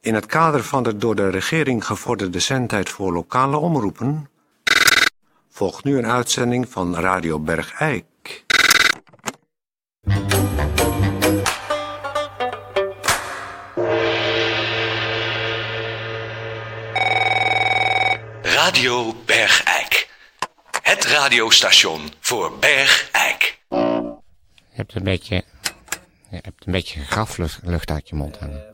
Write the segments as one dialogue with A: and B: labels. A: In het kader van de door de regering gevorderde zendtijd voor lokale omroepen volgt nu een uitzending van Radio Bergijk.
B: Radio Bergijk. Het radiostation voor Bergijk.
C: Je hebt een beetje, je hebt een beetje graflucht lucht uit je mond hangen.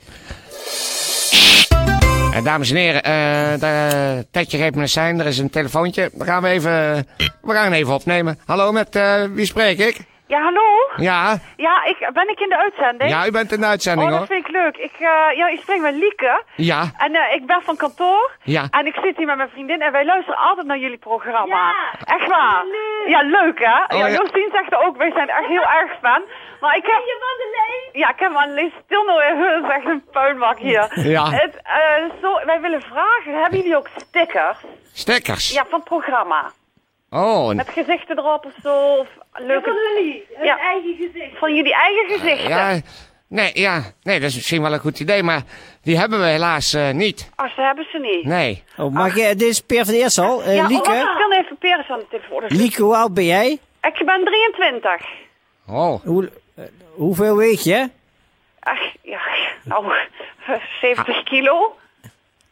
C: Eh, dames en heren, eh de, Tetje geeft me een sein. Er is een telefoontje. We gaan we even, we gaan even opnemen. Hallo, met eh, wie spreek ik?
D: Ja, hallo?
C: Ja,
D: Ja, ik, ben ik in de uitzending?
C: ja, u bent in de uitzending
D: Oh, dat
C: hoor.
D: vind ik leuk. Ik, eh, ja, ik spreek met Lieke.
C: Ja,
D: En eh, ik ben van kantoor.
C: Ja.
D: En ik zit hier met mijn vriendin en wij luisteren altijd naar jullie programma. Echt waar. Ja, leuk hè?
C: Oh,
D: ja,
C: ja.
D: Josien zegt ook, wij zijn echt heel erg fan. Maar ik heb... Ken je Wandeleen? Ja, ik ken Wandeleen. Stil nou, eh, dat is echt een puinbak hier.
C: Ja.
D: Het, eh, zo, wij willen vragen, hebben jullie ook stickers?
C: stekkers.
D: Ja, van het programma.
C: Oh, en-
D: Met gezichten erop of zo. Of leuke...
E: Van jullie, hun
D: Ja.
E: eigen gezicht.
D: Van jullie eigen gezichten.
C: ja, nee, ja, nee, dat is misschien wel een goed idee, maar die hebben we helaas eh, niet.
D: Als ze hebben ze niet.
C: Nee.
F: Oh, mag je, dit is Peer van Eersel. Eh
D: ja, oh, wacht,
F: Lieke,
D: ik kan even Peres aan de telefoon. Dus
F: Lieke, hoe oud ben jij?
D: Ik ben 23.
C: Oh,
F: Hoe, eh, hoeveel weeg je?
D: Ach, ja, nou, 70 kilo.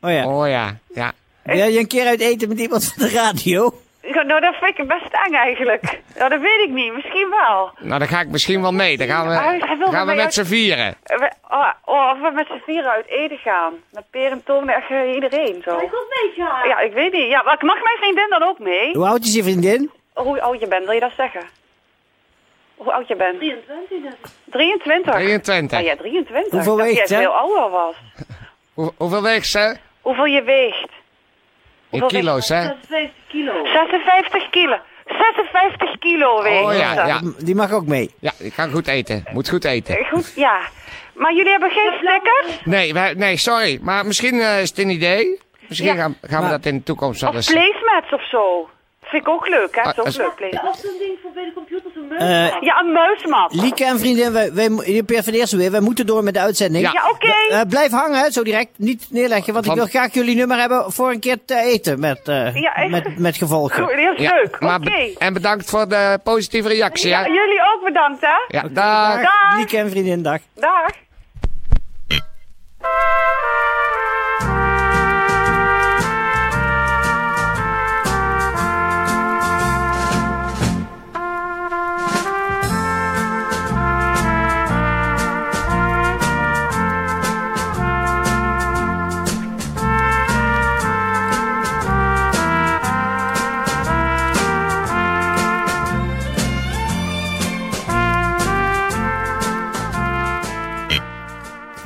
F: Oh ja.
C: oh ja, ja.
F: Wil je een keer uit eten met iemand van de radio?
D: Ja, Nou, dat vind ik best eng eigenlijk. Ja, dat weet ik niet. Misschien wel.
C: Nou, dan ga ik misschien wel mee. Dan gaan we,
D: Ah,
C: gaan
D: hij wil
C: we
D: met mij
C: met
D: uit-
C: z'n vieren.
D: Eh, we- Oh, oh, of we met z'n vieren uit eten gaan. Met Peer en Toon, echt eh, iedereen zo.
E: Ik was meegehaald.
D: Ja, ik weet niet. Ja, maar ik mag mijn vriendin dan ook mee?
F: Hoe oud is je vriendin?
D: Hoe oud je bent, wil je dat zeggen? Hoe oud je bent?
E: 23 net.
D: 23.
C: 23.
D: Ah ja, 23.
F: Hoeveel
D: dat
F: weegt
D: jij
F: ze?
D: veel ouder was.
C: Hoe, hoeveel weegt ze?
D: Hoeveel je weegt?
C: In kilo's, hè?
E: 56 kilo.
D: 56 kilo. 56 kilo weegt
C: Oh ja,
D: ze.
C: ja.
F: M- Die mag ook mee.
C: Ja, ik kan goed eten. Moet goed eten.
D: Eh, Goed, ja. Maar jullie hebben geen stickers?
C: Nee, wij- nee sorry. Maar misschien eh, is het een idee. Misschien
D: Ja. Oh,
C: gaan, gaan we
F: Maar-
C: dat in de toekomst wel
D: Of
C: eens...
D: placemats of zo? Vind ik ook leuk, hè?
C: Ah,
D: Is ook
C: als-
D: leuk, placemats.
E: Of zo'n ding voor bij de computer, zo'n meuk.
F: Eh,
D: Ja, een muismat.
F: Lieke en vriendin, wij, wij, mo- hier, Peer van Eersel weer. Wij moeten door met de uitzending.
C: Ja.
D: Ja, oké.
F: Eh, blijf hangen, hè, zo direct. Niet neerleggen, want
C: Van-
F: ik wil graag jullie nummer hebben voor een keer te eten met, eh,
D: Ja, echt.
F: met, met gevolgen.
D: Goed, heel
C: Ja,
D: leuk.
C: maar
D: Oké.
C: be- En bedankt voor de positieve reactie,
D: Ja,
C: hè?
D: jullie ook bedankt, hè?
C: Ja, dag.
D: Dag.
F: Lieke en vriendin, dag.
D: Dag.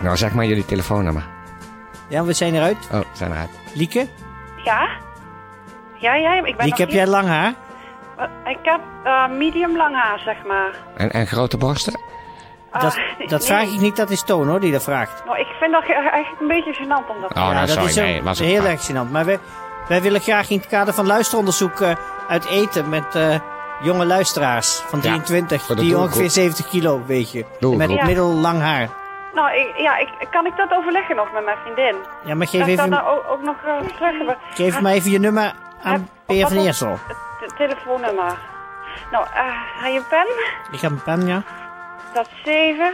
C: Nou, zeg maar jullie telefoonnummer.
F: Ja, we zijn eruit.
C: Oh, we zijn eruit.
F: Lieke,
D: Ja? Ja, ja, ik ben
F: Lieke,
D: nog
F: heb jij
D: niet-
F: lang haar?
D: Eh, Ik heb eh, medium lang haar, zeg maar.
C: En, en grote borsten?
D: Ah,
F: Dat, dat
D: nee.
F: vraag ik niet, dat is Toon hoor, die dat vraagt.
D: Nou, ik vind dat ge- eigenlijk een beetje gênant om dat te
C: Oh,
F: Ja,
C: nou,
F: dat
C: sorry.
F: is ook
C: Nee, was
F: heel
C: een
F: erg gênant. Maar wij, wij willen graag in het kader van luisteronderzoek eh, uit eten met eh, jonge luisteraars van
C: Ja,
F: 23.
C: voor de
F: die
C: doelgroep.
F: ongeveer 70 kilo, weet je.
C: Doelgroep.
F: Met
D: Ja.
F: middellang haar.
D: Nou, ik, ja, ik, kan ik dat overleggen nog met mijn vriendin?
F: Ja, maar geef,
D: Dat dat
F: even,
D: nou ook, ook nog eh, terug hebben.
F: geef mij even je nummer aan Peer van Eersel.
D: Eh, Het telefoonnummer. Nou, eh, ga je pen?
F: Ik heb een pen, ja.
D: Dat is 7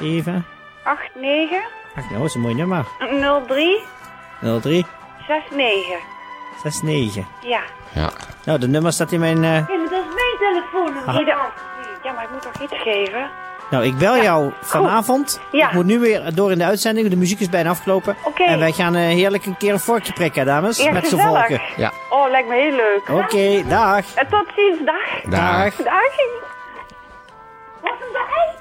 F: 7.
D: 8 9
F: Ach, nou, dat is een mooi nummer.
D: 03
F: 03
D: 6 9.
F: 69.
D: Ja.
C: Ja.
F: Nou, de nummer staat in mijn... eh,
E: Ja, maar dat is mijn telefoonnummer.
F: Ah.
D: Hier de- Ja, maar ik moet toch iets geven?
F: Nou, ik bel jou vanavond.
D: Ja.
F: Ik moet nu weer door in de uitzending. De muziek is bijna afgelopen.
D: Oké.
F: En wij gaan eh, heerlijk een keer een vorkje prikken, dames.
D: Ja,
F: met z'n
D: gezellig.
F: volken.
C: Ja,
D: Oh, lijkt me heel leuk.
F: Oké, dag.
D: En tot ziens, dag.
C: daar.
F: Dag.
D: Dag.
E: Wat een bij?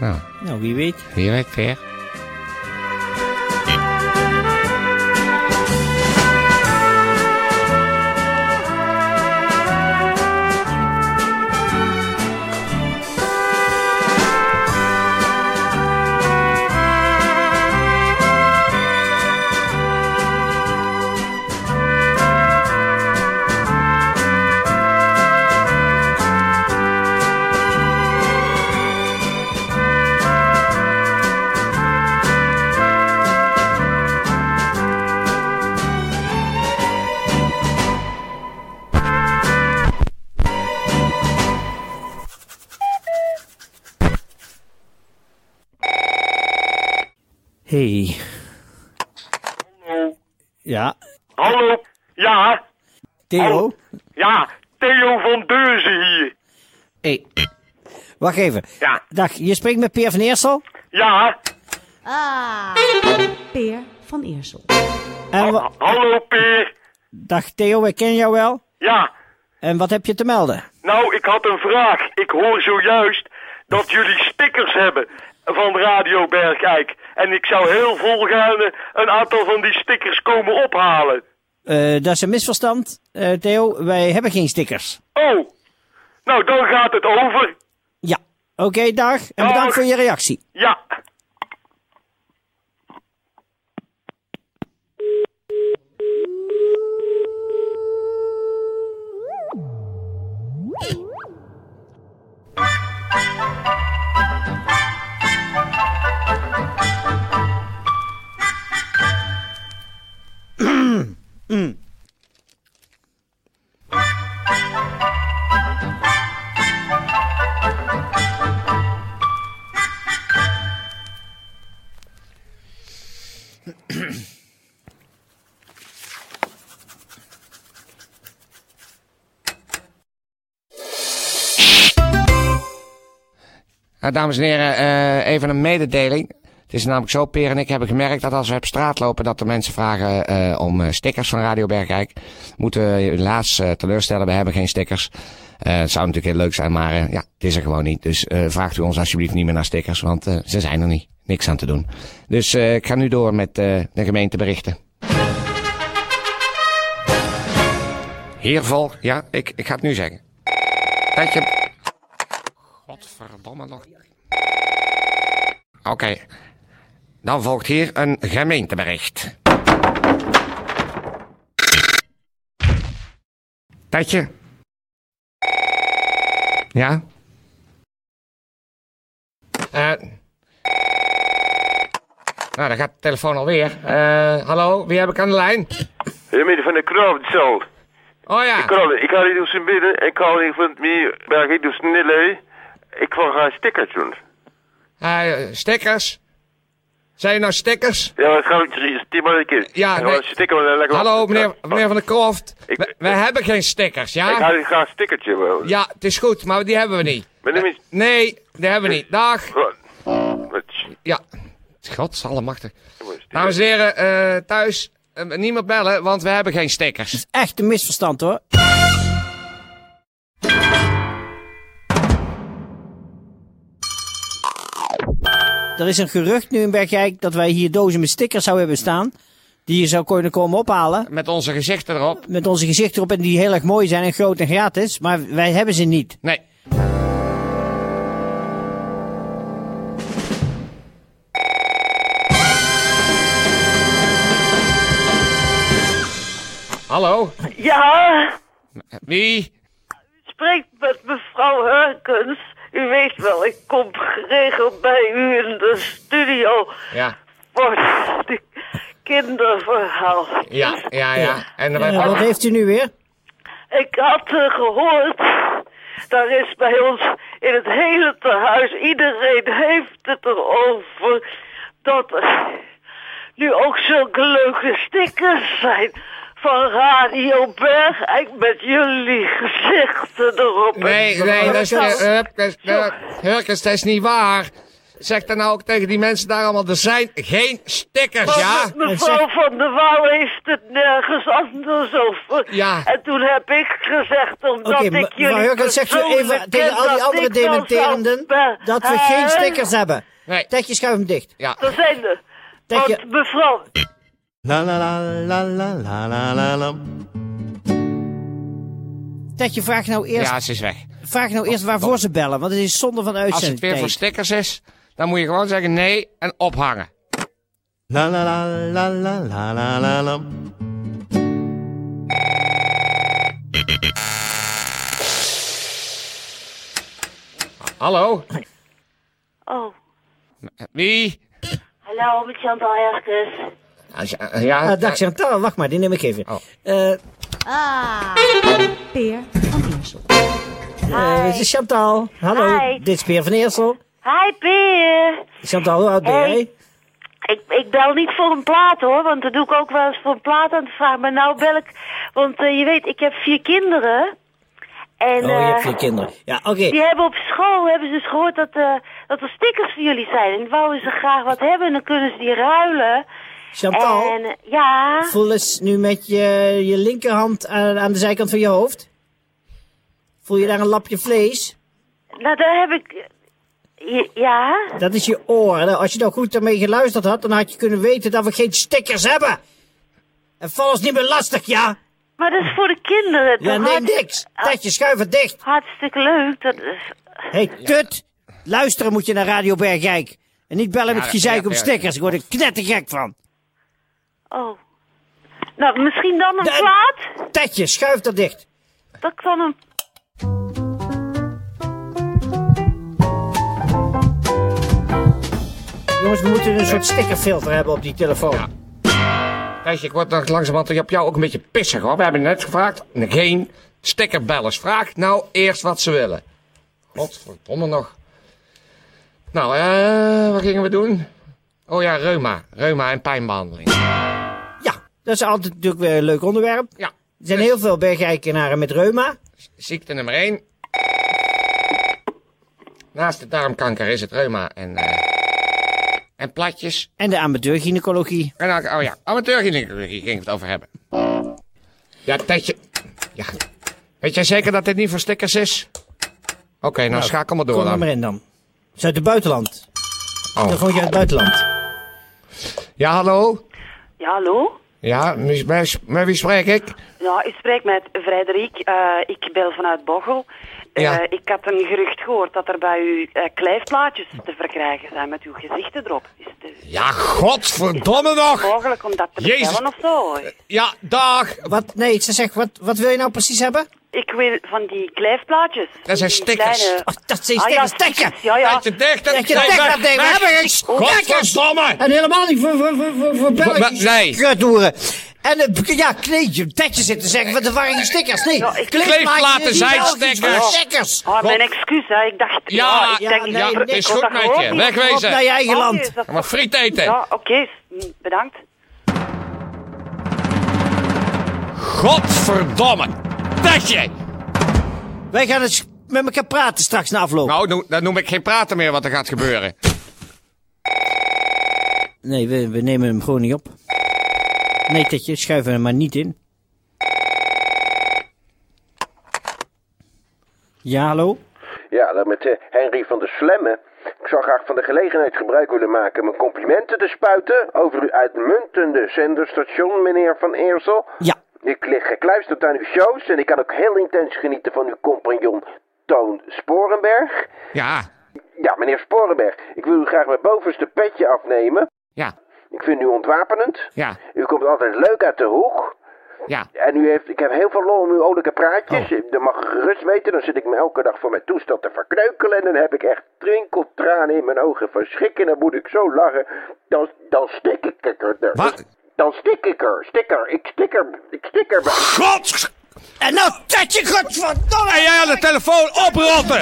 C: Nou,
F: Nou, wie weet.
C: wie weet weer.
F: Hey.
G: Hallo.
F: Ja.
G: Hallo. Ja.
F: Theo?
G: Hallo. Ja. Theo van Deuzen hier.
F: Hey. Wacht even.
G: Ja.
F: Dag, je spreekt met Peer van Eersel.
G: Ja.
E: Peer van Eersel.
F: En wa-
G: Hallo Peer.
F: Dag Theo, wij kennen jou wel.
G: Ja.
F: En wat heb je te melden?
G: Nou, ik had een vraag. Ik hoor zojuist dat jullie stickers hebben van Radio Bergijk. En ik zou heel volgaarne een aantal van die stickers komen ophalen.
F: Eh, dat is een misverstand, Eh, Theo. Wij hebben geen stickers.
G: Oh. Nou, dan gaat het over.
F: Ja. Oké, dag. En
G: Dag.
F: bedankt voor je reactie.
G: Ja.
C: Eh, dames en heren, eh, even een mededeling. Het is namelijk zo, Peer en ik hebben gemerkt dat als we op straat lopen, dat de mensen vragen eh, om eh, stickers van Radio Bergrijk. Moeten we je helaas eh, teleurstellen, we hebben geen stickers. Eh, het zou natuurlijk heel leuk zijn, maar eh, ja, het is er gewoon niet. Dus eh, vraagt u ons alsjeblieft niet meer naar stickers, want eh, ze zijn er niet. Niks aan te doen. Dus eh, ik ga nu door met eh, de gemeente berichten. Hier volgt, ja, ik, ik ga het nu zeggen. Tijdje. Godverdomme nog. Oké. Dan volgt hier een gemeentebericht. Tijdje. Ja? Eh. Nou, daar gaat de telefoon alweer. Eh, hallo, wie heb ik aan de lijn?
G: Meneer van de Kroon, zo.
C: Oh ja.
G: Kroon, ik ga niet op zijn binnen. Ik hou niet van mij. Bergijk doet snelle. Ik wil gaan stickers doen.
C: Eh, stickers? Zijn er nou stickers?
G: Ja, maar gaan we tien maar een keer.
C: Ja,
G: Ik ga
C: nee.
G: een sticker maar lekker.
C: Hallo, meneer, meneer Van der Kroft.
G: Ik-
C: We, we hebben geen stickers,
G: Ik
C: ja?
G: ga, ik ga een stickertje eh, wel.
C: Ja, het is goed, maar die hebben we niet. Eh,
G: Mijn naam is.
C: Nee, die hebben we niet. Dag.
G: Wat?
C: Ja. Godsallemachtig. Dames en heren, eh, thuis eh, niemand bellen, want we hebben geen stickers.
F: Echt een misverstand hoor. Er is een gerucht nu in Bergijk dat wij hier dozen met stickers zouden hebben staan. Die je zou kunnen komen ophalen.
C: Met onze gezichten erop.
F: Met onze gezichten erop en die heel erg mooi zijn en groot en gratis. Maar wij hebben ze niet.
C: Nee. Hallo?
D: Ja,
C: Wie?
D: spreekt met mevrouw Hurkens. U weet wel, ik kom geregeld bij u in de studio
C: Ja,
D: voor de kinderverhaal.
C: ja, ja, ja. En wij-
F: Eh, wat heeft u nu weer?
D: Ik had eh, gehoord, daar is bij ons in het hele tehuis, iedereen heeft het erover, dat er nu ook zulke leuke stickers zijn van Radio Bergijk met jullie gezichten erop.
C: Nee,
D: En-
C: nee, dat is, eh, Hurkens, eh, Hurkens, dat is niet waar. Zeg dan nou ook tegen die mensen daar allemaal, er zijn geen stickers, ja?
F: Ah,
D: Want Mevrouw van der Waal heeft het nergens anders over.
C: Ja.
D: En toen heb ik gezegd, omdat
F: Oké,
D: ik
F: maar
D: jullie
F: Hurkens, zegt u even
D: persoonlijk
F: tegen
D: ken,
F: al die
D: dat
F: andere
D: ik wel zou
F: dementerenden
D: be-
F: dat we geen
D: hè?
F: stickers hebben.
C: Nee.
F: Tetje, schuif hem dicht.
C: Ja.
D: Dat zijn er.
F: Dank je.
D: Want mevrouw,
H: La la la la la la la la la.
F: Tetje, vraag nou eerst,
C: Ja, ze is weg.
F: vraag nou eerst waarvoor ze bellen. Want het is zonde van
C: Als het weer voor
F: uitzending.
C: stickers is, dan moet je gewoon zeggen nee en ophangen.
H: La la la la la la la la la.
C: Hallo?
E: Oh,
C: Wie?
E: hallo, met Chantal Herkens.
C: Als je- eh, Ja,
F: Ah, dag
C: eh,
F: Chantal, wacht maar, die neem ik even.
C: Oh.
F: Eh,
E: Ah. Peer van Eersel.
F: Eh, dit is Chantal. Hallo,
E: Hi.
F: dit is Peer van Eersel.
E: Hi Peer.
F: Chantal, oh, hoe oud ben
E: Hey.
F: jij?
E: Ik, ik bel niet voor een plaat hoor, want dat doe ik ook wel eens voor een plaat aan te vragen. Maar nou bel ik, want eh, je weet, ik heb vier kinderen. En
I: Oh, je hebt
E: eh,
I: vier kinderen. Ja, oké.
E: die hebben op school, hebben ze dus gehoord dat, eh, dat er stickers voor jullie zijn. En die wouden ze graag wat hebben en dan kunnen ze die ruilen.
F: Chantal,
E: En eh, ja,
F: voel eens nu met je, je linkerhand aan, aan de zijkant van je hoofd. Voel je daar een lapje vlees?
E: nou daar heb ik... eh, Ja?
F: Dat is je oor. hè. Als je nou goed daarmee geluisterd had, dan had je kunnen weten dat we geen stickers hebben. En val ons niet meer lastig, ja?
E: Maar dat is voor de kinderen. toch?
F: Ja, neem
C: Ah,
E: Hart-
F: niks. Tetje, schuif het dicht.
E: Hartstikke leuk. Dat is...
F: Hé, hey, kut! Luisteren moet je naar Radio Bergijk. En niet bellen met
C: dat-
F: gezeik
C: ja,
F: om
C: ja.
F: stickers. Ik word er knettergek van.
E: Oh. Nou, misschien dan een
F: De-
E: plaat?
F: Tetje, schuif dat dicht.
E: Dat kan een...
F: Jongens, we moeten een soort stickerfilter hebben op die telefoon.
C: Thijsje, ik word nog langzamerhand op jou ook een beetje pissig hoor. We hebben net gevraagd, geen stekkerbellers. Vraag nou eerst wat ze willen. Godverdomme nog. Nou, eh, wat gingen we doen? Oh ja, reuma. Reuma en pijnbehandeling.
F: Ja, dat is altijd natuurlijk weer een leuk onderwerp.
C: Ja,
F: Er zijn heel veel bergijkenaren met reuma.
C: ziekte nummer 1. Naast de darmkanker is het reuma en, eh en platjes.
F: En de amateurgynaecologie.
C: En dan, oh ja, amateurgynaecologie ging het over hebben. Ja, Tetje. Ja. Weet jij zeker dat dit niet voor stickers is? Oké, nou, schakel maar door
F: Kom er maar
C: dan.
F: in dan. Het is uit het buitenland. Dan
C: Oh.
F: gewoon je uit het buitenland.
C: Ja, hallo?
D: Ja, hallo?
C: Ja, met, met- met wie spreek ik?
D: Ja, u spreekt met Frederik. Eh, ik bel vanuit Bochel. Eh,
C: Ja.
D: ik had een gerucht gehoord dat er bij u eh kleifplaatjes te verkrijgen zijn met uw gezichten erop. Is het eh,
C: Ja, godverdomme nog!
D: mogelijk om dat te
C: Jezus.
D: bestellen of zo?
C: Ja, dag!
F: Wat? Nee, ze zegt, wat, wat wil je nou precies hebben?
D: Ik wil van die kleifplaatjes.
C: Dat zijn
D: Die
C: stickers.
D: kleine-
F: Ach, Oh, dat zijn
D: Ah, ja,
F: stickers. Tetje!
D: Ja, ja.
C: Tetje, dicht!
F: Tetje,
C: Nee,
F: dicht
C: weg,
F: dat ding. We
C: weg.
F: hebben geen stickers.
C: Godverdomme!
F: En helemaal niet voor, voor, voor, voor, voor belletjes.
C: Wa- nee.
F: Kutdoeren. En eh, b- ja, kleedje, tetje zitten zeggen, want er waren geen stickers. Nee,
D: Ja, ik-
C: Kleefplaten
F: die
C: zijn
F: Belgische
C: stickers.
F: stickers.
D: Ah, mijn excuus, hè. Ik dacht...
C: Ja,
D: ik
F: ja,
D: denk,
F: nee,
D: ik-
F: nee,
D: ik
F: is
D: hoor
C: goed
D: dat
C: met
D: gewoon
C: je.
D: niet.
C: Wegwezen.
F: Op naar je eigen
D: Ah,
F: land.
D: is dat-
C: Ga maar friet eten.
D: Ja, oké. Mm, Bedankt.
C: Godverdomme! Tetje!
F: Wij gaan eens met elkaar praten straks na afloop.
C: Nou, no- dan noem ik geen praten meer wat er gaat gebeuren.
F: Nee, we, we nemen hem gewoon niet op. Nee, Tetje, schuif hem maar niet in. Ja, hallo?
J: Ja, dan met eh, Henry van der Slemme. Ik zou graag van de gelegenheid gebruik willen maken mijn complimenten te spuiten over uw uitmuntende zenderstation, meneer Van Eersel.
F: Ja.
J: Ik lig gekluisterd aan uw shows en ik kan ook heel intens genieten van uw compagnon Toon Sporenberg.
C: Ja,
J: Ja, meneer Sporenberg, ik wil u graag mijn bovenste petje afnemen.
C: ja,
J: Ik vind u ontwapenend.
C: ja,
J: U komt altijd leuk uit de hoek.
C: ja.
J: En u heeft, ik heb heel veel lol om uw olijke praatjes. Dat mag u gerust weten. Dan zit ik me elke dag voor mijn toestand te verkneukelen. En dan heb ik echt twinkeltranen in mijn ogen van schrik. En dan moet ik zo lachen. Dan, dan stik ik er.
C: Wat?
J: Dan stik ik er. Stikker. Ik stikker. Ik stikker.
C: God!
F: En nou, Tetje, godverdomme!
C: En jij aan de telefoon oprotten!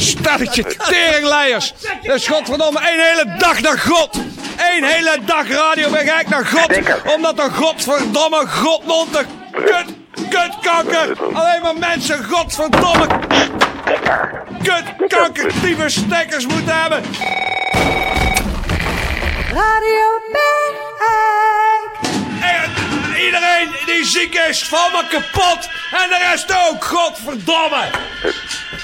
C: Stelletje teringleiers! Dat is godverdomme één hele dag naar God! Eén hele dag radio bereik naar God! Omdat een godverdomme godmond de kut, kutkanker! Alleen maar mensen godverdomme kutkanker die stekkers moeten hebben! En iedereen die ziek is, val me kapot! En de rest ook, godverdomme!